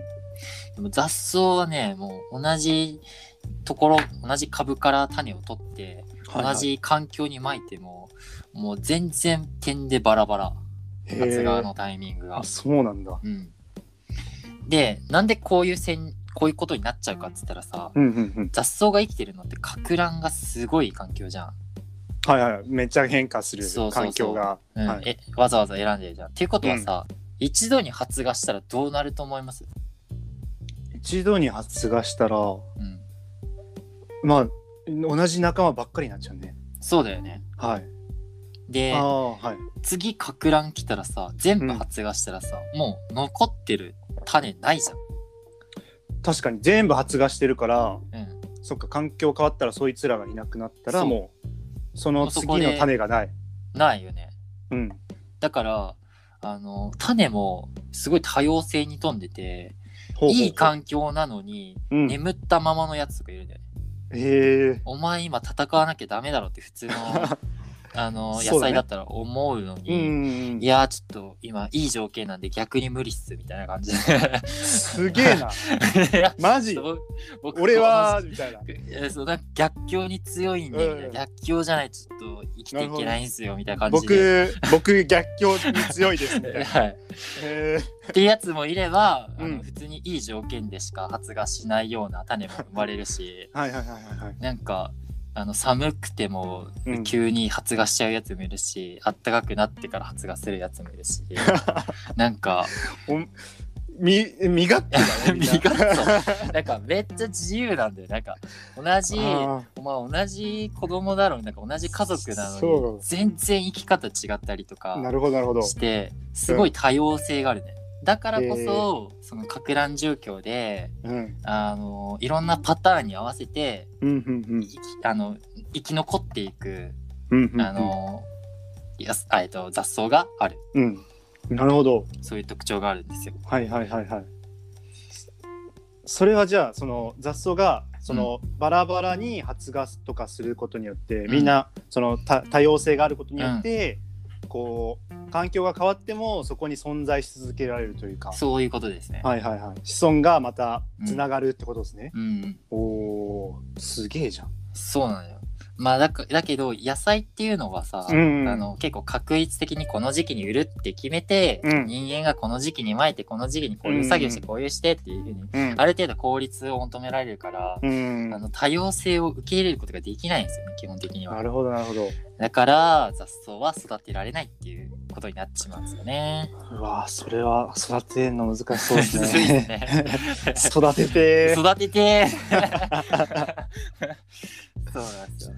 [SPEAKER 2] でも雑草はねもう同じところ同じ株から種を取って
[SPEAKER 1] はいはい
[SPEAKER 2] 同じ環境にまいても、もう全然点でバラバラ
[SPEAKER 1] へー
[SPEAKER 2] 発芽のタイミングが
[SPEAKER 1] あ。そうなんだ
[SPEAKER 2] うん、でなんでこういうせんこういうことになっちゃうかっつったらさ、
[SPEAKER 1] うんうんうん
[SPEAKER 2] 雑草が生きてるのってか乱がすごい環境じゃん、
[SPEAKER 1] はいはいめっちゃ変化する
[SPEAKER 2] そうそうそう
[SPEAKER 1] 環境が
[SPEAKER 2] うん
[SPEAKER 1] はい
[SPEAKER 2] えわざわざ選んでるじゃんっていうことはさ、一度に発芽したらどうなると思います、
[SPEAKER 1] 一度に発芽したら
[SPEAKER 2] うん、
[SPEAKER 1] まあ同じ仲間ばっかりになっちゃうね
[SPEAKER 2] そうだよね
[SPEAKER 1] はい
[SPEAKER 2] で
[SPEAKER 1] ああはい
[SPEAKER 2] 次か乱来たらさ全部発芽したらさ、もう残ってる種ないじ
[SPEAKER 1] 確かに全部発芽してるから
[SPEAKER 2] ゃん、うん、
[SPEAKER 1] そっか環境変わったらそいつらがいなくなったら
[SPEAKER 2] そう
[SPEAKER 1] もうその次の種がない
[SPEAKER 2] ないよね
[SPEAKER 1] うん
[SPEAKER 2] だからあの種もすごい多様性に富んでて
[SPEAKER 1] ほうほう
[SPEAKER 2] いい環境なのに
[SPEAKER 1] うんへ
[SPEAKER 2] 眠ったままのやつとかいるんだよね
[SPEAKER 1] え
[SPEAKER 2] お前今戦わなきゃダメだろって普通のあの
[SPEAKER 1] そ
[SPEAKER 2] 野
[SPEAKER 1] うだね
[SPEAKER 2] 菜だったら思うの
[SPEAKER 1] う
[SPEAKER 2] に
[SPEAKER 1] ん
[SPEAKER 2] いやーちょっと今いい条件なんで逆に無理っすみたいな感じ
[SPEAKER 1] すげえな
[SPEAKER 2] でいや
[SPEAKER 1] マジ
[SPEAKER 2] そう僕
[SPEAKER 1] 俺はみたいな
[SPEAKER 2] えそうなんか逆境に強いんで、みたいな
[SPEAKER 1] うん
[SPEAKER 2] 逆境じゃないとちょっと生きていけないんすよみたいな感じで
[SPEAKER 1] 僕僕逆境に強いですみたいな
[SPEAKER 2] はい、
[SPEAKER 1] へー
[SPEAKER 2] っていうやつもいれば、あ
[SPEAKER 1] うん
[SPEAKER 2] の普通にいい条件でしか発芽しないような種も生まれるし
[SPEAKER 1] はいはいはいはいはい
[SPEAKER 2] なんかあの寒くても
[SPEAKER 1] うん
[SPEAKER 2] 急に発芽しちゃうやつもいるし、あったかくなってから発芽するやつもい るしなんか
[SPEAKER 1] み身勝手だねみんな
[SPEAKER 2] 身勝 なんかめっちゃ自由なんだよなんか同じ
[SPEAKER 1] あ
[SPEAKER 2] お前同じ子供だろうなんか同じ家族な
[SPEAKER 1] そ
[SPEAKER 2] の
[SPEAKER 1] う
[SPEAKER 2] に全然生き方違ったりと
[SPEAKER 1] ーな
[SPEAKER 2] か
[SPEAKER 1] るほどなるほど
[SPEAKER 2] してすごい多様性があるね。だからこそ、そのか乱状況で
[SPEAKER 1] うん
[SPEAKER 2] あのいろんなパターンに合わせて
[SPEAKER 1] うんうんうん
[SPEAKER 2] 生きあの生き残っていく
[SPEAKER 1] うんうんうん
[SPEAKER 2] あの、やすあえっと雑草がある
[SPEAKER 1] うんなるほど
[SPEAKER 2] そういう特徴があるんですよ。
[SPEAKER 1] はいはいはいはい。それはじゃあその雑草がそのバラバラに発芽とかすることによって、
[SPEAKER 2] ん
[SPEAKER 1] みんなその多多様性があることによって、こう環境が変わってもそこに存在し続けられるというか。
[SPEAKER 2] そういうことですね。
[SPEAKER 1] はいはいはい。子孫がまたつながるってことですね。
[SPEAKER 2] うん、
[SPEAKER 1] おおーすげえじゃん。
[SPEAKER 2] そうなのよ。まあだかだけど野菜っていうのはさ、
[SPEAKER 1] うんうん
[SPEAKER 2] あの結構確率的にこの時期に売るって決めて、
[SPEAKER 1] うん
[SPEAKER 2] 人間がこの時期にまいてこの時期にこういう作業してこういうしてっていうふうに、
[SPEAKER 1] うん
[SPEAKER 2] ある程度効率を求められるから、
[SPEAKER 1] うん
[SPEAKER 2] あの多様性を受け入れることができないんですよね基本的に
[SPEAKER 1] な
[SPEAKER 2] は
[SPEAKER 1] るほどなるほど。
[SPEAKER 2] だから雑草は育てられないっていうことになってしまうんですよね
[SPEAKER 1] うわーそれは育てるの難しそうです
[SPEAKER 2] むずいです
[SPEAKER 1] ね。
[SPEAKER 2] ね
[SPEAKER 1] 育てて
[SPEAKER 2] 育てて そうなんですよ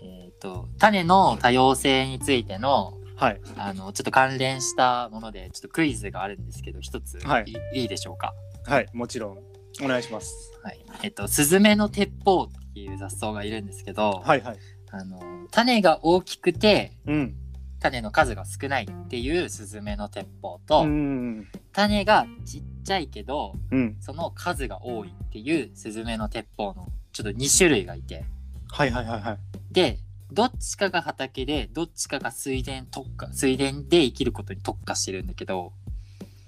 [SPEAKER 2] えっ、と種の多様性についての
[SPEAKER 1] はい
[SPEAKER 2] あのちょっと関連したものでちょっとクイズがあるんですけど一つい,、
[SPEAKER 1] はい
[SPEAKER 2] い、いでしょうか、
[SPEAKER 1] はいもちろんお願いします。
[SPEAKER 2] はいえっとスズメの鉄砲っていう雑草がいるんですけど、
[SPEAKER 1] はいはい。
[SPEAKER 2] あの種が大きくて
[SPEAKER 1] うん。
[SPEAKER 2] 種の数が少ないっていうスズメの鉄砲と、
[SPEAKER 1] うん。
[SPEAKER 2] 種がちっちゃいけど
[SPEAKER 1] うん。
[SPEAKER 2] その数が多いっていうスズメの鉄砲のちょっと2種類がいて
[SPEAKER 1] はいはいはいはい。
[SPEAKER 2] でどっちかが畑でどっちかが水田特化水田で生きることに特化してるんだけど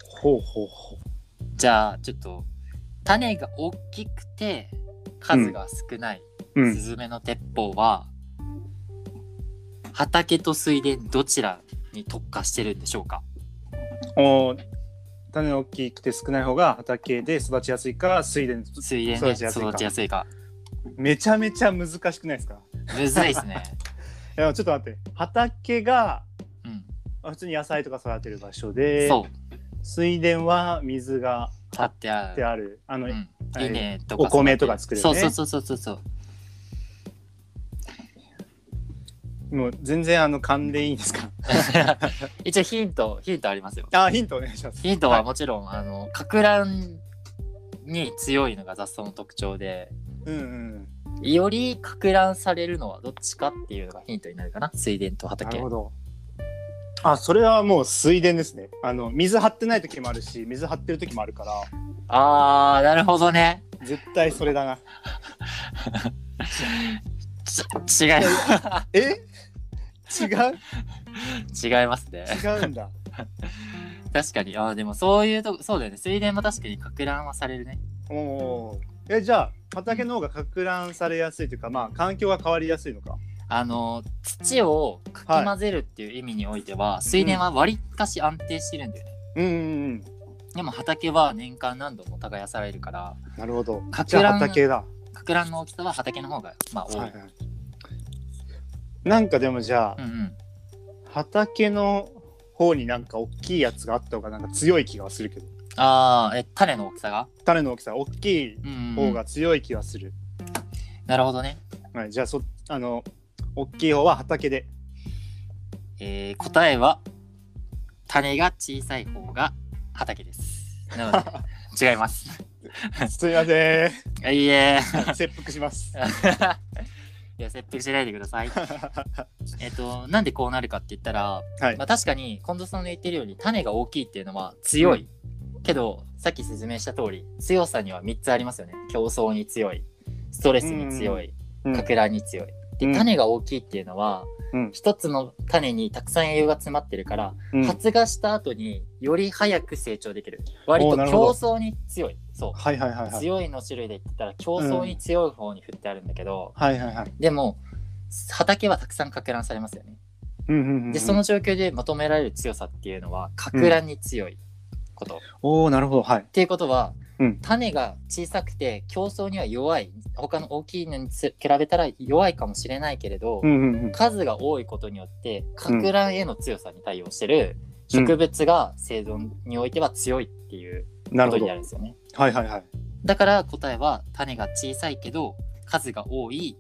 [SPEAKER 1] ほうほうほ
[SPEAKER 2] じゃあちょっと種が大きくて数が少ない
[SPEAKER 1] うん
[SPEAKER 2] スズメの鉄砲は、畑と水田どちらに特化してるんでしょうか
[SPEAKER 1] おー種の大きくて少ない方が畑で育ちやすいか水田
[SPEAKER 2] 水田で
[SPEAKER 1] 育ちやすいか
[SPEAKER 2] 育ちやすいか。
[SPEAKER 1] めちゃめちゃ難しくないですか
[SPEAKER 2] むずいで すね。
[SPEAKER 1] いやちょっと待って畑が
[SPEAKER 2] うん。
[SPEAKER 1] あ普通に野菜とか育てる場所で
[SPEAKER 2] そう。
[SPEAKER 1] 水田は水が
[SPEAKER 2] 立ってあ
[SPEAKER 1] って
[SPEAKER 2] る。
[SPEAKER 1] あるあの、
[SPEAKER 2] うん。
[SPEAKER 1] はい
[SPEAKER 2] 稲とか。
[SPEAKER 1] お米とか作るよね
[SPEAKER 2] そうそうそうそうそう。
[SPEAKER 1] もう全然あの勘でいいんですか
[SPEAKER 2] 一応ヒント、ヒントありますよ。
[SPEAKER 1] あヒントお願いします
[SPEAKER 2] ヒントは
[SPEAKER 1] はい
[SPEAKER 2] もちろん、あの、かく乱に強いのが雑草の特徴で、
[SPEAKER 1] うんうん
[SPEAKER 2] よりかく乱されるのはどっちかっていうのがヒントになるかな。水田と
[SPEAKER 1] な
[SPEAKER 2] 畑
[SPEAKER 1] る。ほどあそれはもう水田ですねあの水張ってない時もあるし水張ってる時もあるから
[SPEAKER 2] あー、なるほどね。
[SPEAKER 1] 絶対それだな
[SPEAKER 2] ち違いま
[SPEAKER 1] え違う
[SPEAKER 2] す。 違いますね。
[SPEAKER 1] 違うんだ
[SPEAKER 2] 確かに。あーでもそういうとこ、そうだよね。水田も確かにかく乱はされるね。
[SPEAKER 1] おおーえじゃあ畑の方がかく乱されやすいというかまあ環境が変わりやすいのか
[SPEAKER 2] あの、土をかき混ぜるっていう意味においては、水田は割かし安定してるんだよね。
[SPEAKER 1] うんうん
[SPEAKER 2] でも畑は年間何度も耕されるから、
[SPEAKER 1] うんなるほど
[SPEAKER 2] かく
[SPEAKER 1] じゃあ
[SPEAKER 2] 乱
[SPEAKER 1] 畑だ
[SPEAKER 2] かく乱の大きさは畑の方が、まあ、多い。
[SPEAKER 1] はいはいなんかでもじゃあ、
[SPEAKER 2] うんうん。
[SPEAKER 1] 畑の方になんか大きいやつがあった方がなんか強い気がするけど
[SPEAKER 2] ああ、え、種の大きさが
[SPEAKER 1] 種の大きさ大きい
[SPEAKER 2] うん、う
[SPEAKER 1] 方
[SPEAKER 2] ん。
[SPEAKER 1] が強い気がする、
[SPEAKER 2] なるほどね。
[SPEAKER 1] はい、じゃあそあの大きい方は畑で
[SPEAKER 2] えー、答えは、種が小さい方が畑です。なの で、違います。
[SPEAKER 1] すいませ
[SPEAKER 2] いいえ。
[SPEAKER 1] ん切腹します
[SPEAKER 2] いや、切腹しないでください。えっと、なんでこうなるかって言ったら、
[SPEAKER 1] はい
[SPEAKER 2] まあ、確かに近藤さんの言ってるように種が大きいっていうのは強い、けどさっき説明した通り強さには3つありますよね競争に強いストレスに強い
[SPEAKER 1] うん
[SPEAKER 2] かけらに強
[SPEAKER 1] う
[SPEAKER 2] い、
[SPEAKER 1] ん
[SPEAKER 2] で種が大きいっていうのは、
[SPEAKER 1] うん
[SPEAKER 2] 一つの種にたくさん栄養が詰まってるから、
[SPEAKER 1] うん
[SPEAKER 2] 発芽した後により早く成長できる割と
[SPEAKER 1] なる
[SPEAKER 2] 競
[SPEAKER 1] ほど
[SPEAKER 2] 争に強いそう
[SPEAKER 1] はいはいはいはい
[SPEAKER 2] 強いの種類で言ったら競争に強い方に振ってあるんだけど、
[SPEAKER 1] はいはいはい
[SPEAKER 2] でも畑はたくさんかけらんされますよね
[SPEAKER 1] うんうんうんうん
[SPEAKER 2] でその状況で求められる強さっていうのは格乱に強いこと、っ
[SPEAKER 1] おおなるほどはい
[SPEAKER 2] ていうことは、
[SPEAKER 1] うん
[SPEAKER 2] 種が小さくて競争には弱い他の大きいのにつ比べたら弱いかもしれないけれど、
[SPEAKER 1] うんうんうん
[SPEAKER 2] 数が多いことによって格乱への強さに対応してる植物が生存においては強いっていう
[SPEAKER 1] な
[SPEAKER 2] こ
[SPEAKER 1] るほ
[SPEAKER 2] とに
[SPEAKER 1] ど
[SPEAKER 2] なるんですよね。
[SPEAKER 1] はいはいはい
[SPEAKER 2] だから答えは種が小さいけど数が多い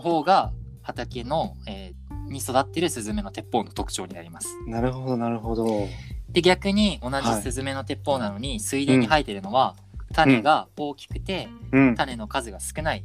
[SPEAKER 2] 方が畑の、えーに育ってるスズメの鉄砲の特徴になります。
[SPEAKER 1] なるほどなるほど
[SPEAKER 2] で逆に同じスズメの鉄砲なのに、水田に生えてるのは、種が大きくて、
[SPEAKER 1] うん
[SPEAKER 2] 種の数が少ない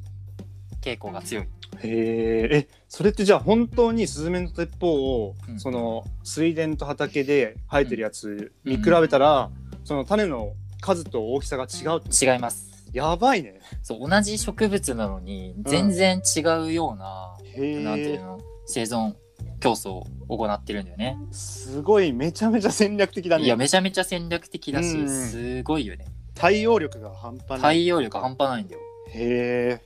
[SPEAKER 2] 傾向が強い。
[SPEAKER 1] へーえそれってじゃあ本当にスズメの鉄砲を、
[SPEAKER 2] うん
[SPEAKER 1] その水田と畑で生えてるやつ
[SPEAKER 2] うん
[SPEAKER 1] 見比べたら、その種の数と大きさが違うって
[SPEAKER 2] 違います。
[SPEAKER 1] やばいね
[SPEAKER 2] そう同じ植物なのに全然違うような,、なんて
[SPEAKER 1] へ
[SPEAKER 2] いう
[SPEAKER 1] え
[SPEAKER 2] の生存競争を行ってるんだよね。
[SPEAKER 1] すごいめちゃめちゃ戦略的だ
[SPEAKER 2] いや
[SPEAKER 1] ね
[SPEAKER 2] めちゃめちゃ戦略的だし、
[SPEAKER 1] うん
[SPEAKER 2] すごいよね。
[SPEAKER 1] 対応力が半端ない
[SPEAKER 2] 対応力半端ない んだよ。
[SPEAKER 1] へえ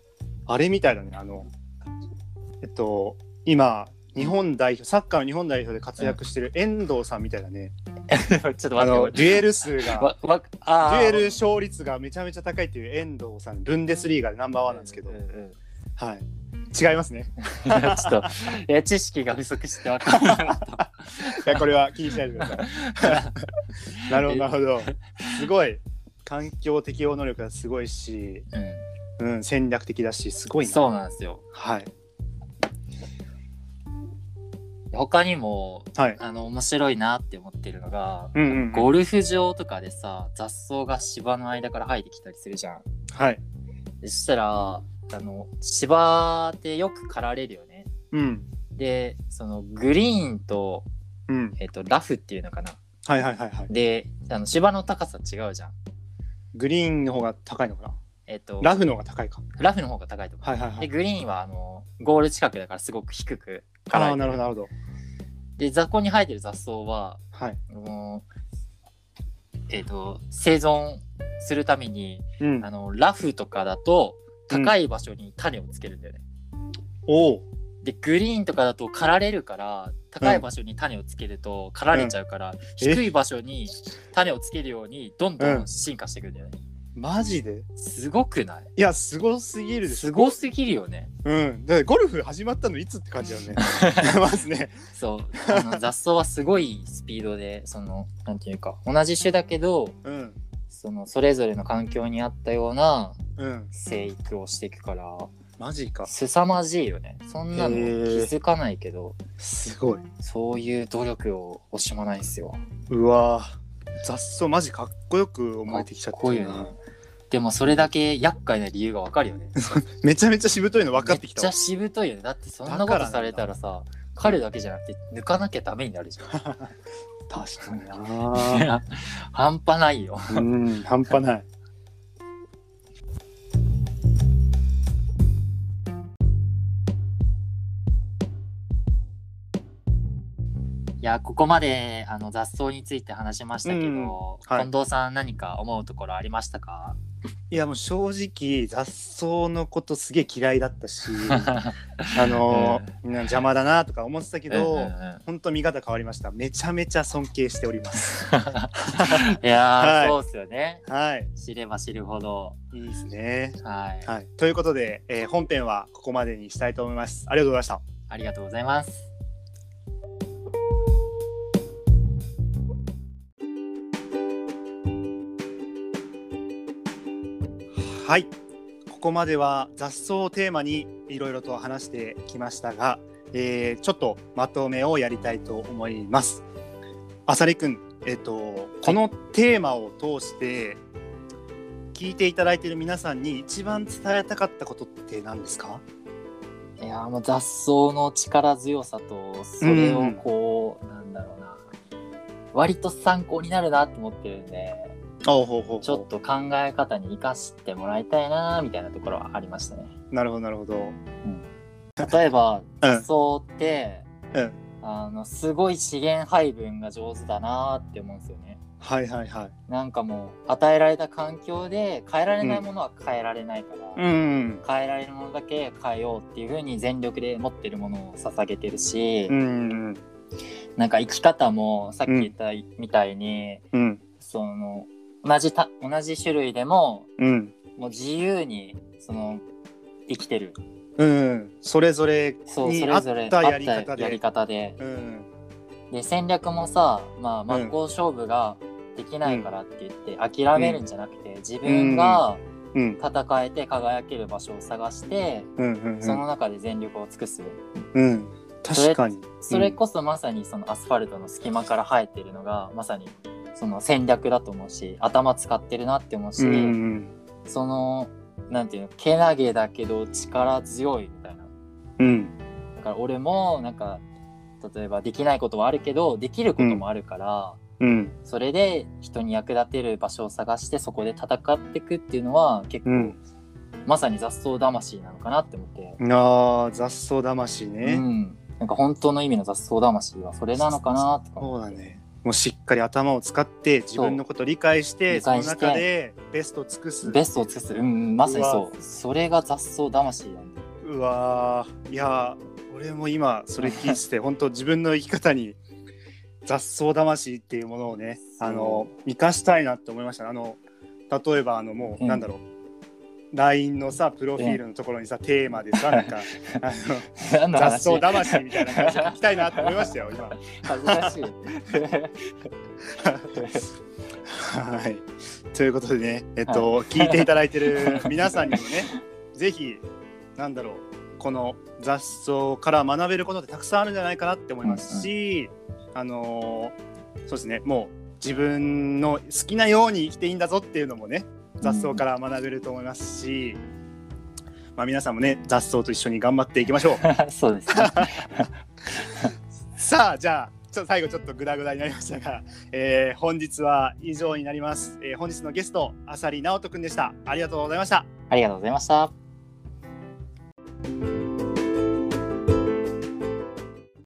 [SPEAKER 1] あれみたいだねあのえっと今日本代表サッカーの日本代表で活躍してる遠藤さんみたいだね、
[SPEAKER 2] ちょっと待って。
[SPEAKER 1] あの
[SPEAKER 2] 俺
[SPEAKER 1] デュエル数が
[SPEAKER 2] わわあ
[SPEAKER 1] デュ
[SPEAKER 2] ー
[SPEAKER 1] エル勝率がめちゃめちゃ高いっていう遠藤さん、ルンデスリーガでナンバーワンなんですけど、
[SPEAKER 2] ううん
[SPEAKER 1] はい。違いますね。
[SPEAKER 2] ちょっと、いや、知識が不足してわかん なかった。
[SPEAKER 1] いや、これは気にしないでくださ い。なるほど、なるほど。すごい。環境適応能力がすごいし、
[SPEAKER 2] う
[SPEAKER 1] うん、戦略的だし、すごい
[SPEAKER 2] ん、
[SPEAKER 1] な。
[SPEAKER 2] そうなんですよ。
[SPEAKER 1] はい。
[SPEAKER 2] 他にも、
[SPEAKER 1] はい。
[SPEAKER 2] あの、面白いなって思ってるのが、
[SPEAKER 1] うんうんうん
[SPEAKER 2] ゴルフ場とかでさ、雑草が芝の間から生えてきたりするじゃん。
[SPEAKER 1] はい。
[SPEAKER 2] そしたら、あの、芝ってよく刈られるよね。
[SPEAKER 1] うん。
[SPEAKER 2] で、その、グリーンと、
[SPEAKER 1] うん。
[SPEAKER 2] えっと、ラフっていうのかな。
[SPEAKER 1] はいはいはいはい。
[SPEAKER 2] で、あの芝の高さ違うじゃん。
[SPEAKER 1] グリーンの方が高いのかな
[SPEAKER 2] えっと、
[SPEAKER 1] ラフの方が高いか。
[SPEAKER 2] ラフの方が高いと思う。
[SPEAKER 1] はいはいは
[SPEAKER 2] で、
[SPEAKER 1] い。
[SPEAKER 2] グリーンは、あの、ゴール近くだからすごく低く刈ら
[SPEAKER 1] ああ、
[SPEAKER 2] れて
[SPEAKER 1] なるほど、なるほど。
[SPEAKER 2] で雑魚に生えてる雑草は
[SPEAKER 1] はい。
[SPEAKER 2] もうえっ、と生存するために
[SPEAKER 1] うん
[SPEAKER 2] あ。のラフとかだと高い場所に種をつけるんだよね。
[SPEAKER 1] おう
[SPEAKER 2] でグリーンとかだと刈られるから高い場所に種をつけると刈られちゃうから、
[SPEAKER 1] え
[SPEAKER 2] 低い場所に種をつけるようにどんど
[SPEAKER 1] うん
[SPEAKER 2] ん進化していくんだよね。
[SPEAKER 1] マジです
[SPEAKER 2] ごくない
[SPEAKER 1] いやすごすぎるです
[SPEAKER 2] すごすぎるよね。
[SPEAKER 1] うんだってゴルフ始まったのいつって感じだよ ねまずね
[SPEAKER 2] そう あの雑草はすごいスピードでそのなんていうか同じ種だけど
[SPEAKER 1] うん
[SPEAKER 2] そのそれぞれの環境に合ったような
[SPEAKER 1] うん
[SPEAKER 2] 生育をしていくから
[SPEAKER 1] マジか
[SPEAKER 2] 凄まじいよねそんなの
[SPEAKER 1] へ
[SPEAKER 2] 気
[SPEAKER 1] ー
[SPEAKER 2] づかないけど
[SPEAKER 1] すごい
[SPEAKER 2] そういう努力を惜しまないですよ。
[SPEAKER 1] うわー雑草マジかっこよく思えてきちゃ
[SPEAKER 2] か
[SPEAKER 1] っ
[SPEAKER 2] っこ
[SPEAKER 1] た
[SPEAKER 2] いいよね。でもそれだけ厄介な理由がわかるよね。
[SPEAKER 1] めちゃめちゃしぶといの 分かってきた
[SPEAKER 2] め
[SPEAKER 1] わ
[SPEAKER 2] っちゃしぶといよね。だってそんな
[SPEAKER 1] だから
[SPEAKER 2] こと
[SPEAKER 1] なんだ
[SPEAKER 2] されたらさ、彼だけじゃなくて抜かなきゃダメにな るじゃ
[SPEAKER 1] 確かに
[SPEAKER 2] ん。い
[SPEAKER 1] な
[SPEAKER 2] や半端ないよ。
[SPEAKER 1] うん半端ない
[SPEAKER 2] いや、ここまであの雑草について話しましたけ
[SPEAKER 1] うん
[SPEAKER 2] ど、
[SPEAKER 1] はい
[SPEAKER 2] 近藤さん何か思うところありましたか
[SPEAKER 1] いやもう正直雑草のことすげえ嫌いだった しあのーうん邪魔だなとか思ってたけど、
[SPEAKER 2] うんうんうん
[SPEAKER 1] ほんと見方変わりましためちゃめちゃ尊敬しております
[SPEAKER 2] いやー、
[SPEAKER 1] はい
[SPEAKER 2] そうっすよね。
[SPEAKER 1] はい
[SPEAKER 2] 知れば知るほど。
[SPEAKER 1] いいですね
[SPEAKER 2] はい。
[SPEAKER 1] はいということで、えー本編はここまでにしたいと思いますありがとうございました
[SPEAKER 2] ありがとうございます。
[SPEAKER 1] はいここまでは雑草をテーマにいろいろと話してきましたが、えーちょっとまとめをやりたいと思います。あさりくん、えっとこのテーマを通して聞いていただいている皆さんに一番伝えたかったことって何ですか
[SPEAKER 2] いやーもう雑草の力強さとそれをこう、なんだろうな割と参考になるなと思ってるんで
[SPEAKER 1] おほうほう
[SPEAKER 2] ちょっと考え方に生かしてもらいたいなーみたいなところはありましたね。
[SPEAKER 1] なるほどなるほど。
[SPEAKER 2] 例えば
[SPEAKER 1] うん
[SPEAKER 2] 雑草って、
[SPEAKER 1] うん
[SPEAKER 2] あのすごい資源配分が上手だなーって思うんですよね。
[SPEAKER 1] はいはいはい。
[SPEAKER 2] なんかもう与えられた環境で変えられないものは変えられないから。
[SPEAKER 1] うん
[SPEAKER 2] 変えられるものだけ変えようっていう風に全力で持ってるものを捧げてるし、
[SPEAKER 1] うん
[SPEAKER 2] なんか生き方もさっき言ったみたいに、
[SPEAKER 1] うん
[SPEAKER 2] その同じた同じ種類でも
[SPEAKER 1] うん
[SPEAKER 2] もう自由にその生きてる
[SPEAKER 1] うんそれぞれ
[SPEAKER 2] そう
[SPEAKER 1] に
[SPEAKER 2] そ
[SPEAKER 1] 合
[SPEAKER 2] れ
[SPEAKER 1] っ
[SPEAKER 2] ぞれ
[SPEAKER 1] たやり
[SPEAKER 2] 合
[SPEAKER 1] 方
[SPEAKER 2] ったや
[SPEAKER 1] で。
[SPEAKER 2] り方で
[SPEAKER 1] うん
[SPEAKER 2] で戦略もさ、まあ、真っ向勝負ができないからって言って諦めるんじゃなくて、自分が
[SPEAKER 1] うん
[SPEAKER 2] 戦えて輝ける場所を探して、
[SPEAKER 1] うんうんうん
[SPEAKER 2] その中で全力を尽くす
[SPEAKER 1] うん、確かに。
[SPEAKER 2] それこそまさにそのアスファルトの隙間から生えてるのがまさにその戦略だと思うし頭使ってるなって思うし、
[SPEAKER 1] うんうん
[SPEAKER 2] そのなんていうのけなげだけど力強いみたいな
[SPEAKER 1] うん
[SPEAKER 2] だから俺もなんか例えばできないことはあるけどできることもあるから、
[SPEAKER 1] うん
[SPEAKER 2] それで人に役立てる場所を探してそこで戦っていくっていうのは結構、
[SPEAKER 1] うん
[SPEAKER 2] まさに雑草魂なのかなって思って、
[SPEAKER 1] うん、あー雑草魂
[SPEAKER 2] う
[SPEAKER 1] ね、
[SPEAKER 2] ん、なんか本当の意味の雑草魂はそれなのかなとか
[SPEAKER 1] そ
[SPEAKER 2] 思
[SPEAKER 1] う
[SPEAKER 2] っ
[SPEAKER 1] だ
[SPEAKER 2] て
[SPEAKER 1] ねもうしっかり頭を使って自分のことを理解してそ
[SPEAKER 2] そう理解
[SPEAKER 1] の
[SPEAKER 2] して
[SPEAKER 1] 中でベストを尽くす
[SPEAKER 2] ベストを尽くす、うんうん、まさにそう。それが雑草魂なんだ。
[SPEAKER 1] うわーいやー俺も今それ聞い てて本当自分の生き方に雑草魂っていうものをね
[SPEAKER 2] そう
[SPEAKER 1] あの生かしたいなって思いましたあの例えばあのもう、
[SPEAKER 2] うん
[SPEAKER 1] なんだろう LINE のさプロフィールのところにさ、テーマでさなん かあの
[SPEAKER 2] 何の
[SPEAKER 1] 雑
[SPEAKER 2] 話
[SPEAKER 1] 草魂みたいな感じで聞きたいなって思いましたよ今
[SPEAKER 2] 恥ずかしい。
[SPEAKER 1] はいということでねえっと、聞いていただいてる皆さんにも ねぜひなんだろうこの雑草から学べることってたくさんあるんじゃないかなって思いますし、あのーそうですねもう自分の好きなように生きていいんだぞっていうのもね雑草から学べると思いますし、まあ、皆さんもね雑草と一緒に頑張っていきましょう。
[SPEAKER 2] ら。そうですね。
[SPEAKER 1] さあじゃあちょっと最後ちょっとグダグダになりましたが、 えー本日は以上になります、えー本日のゲスト浅利直人くんでしたありがとうございました
[SPEAKER 2] ありがとうございました。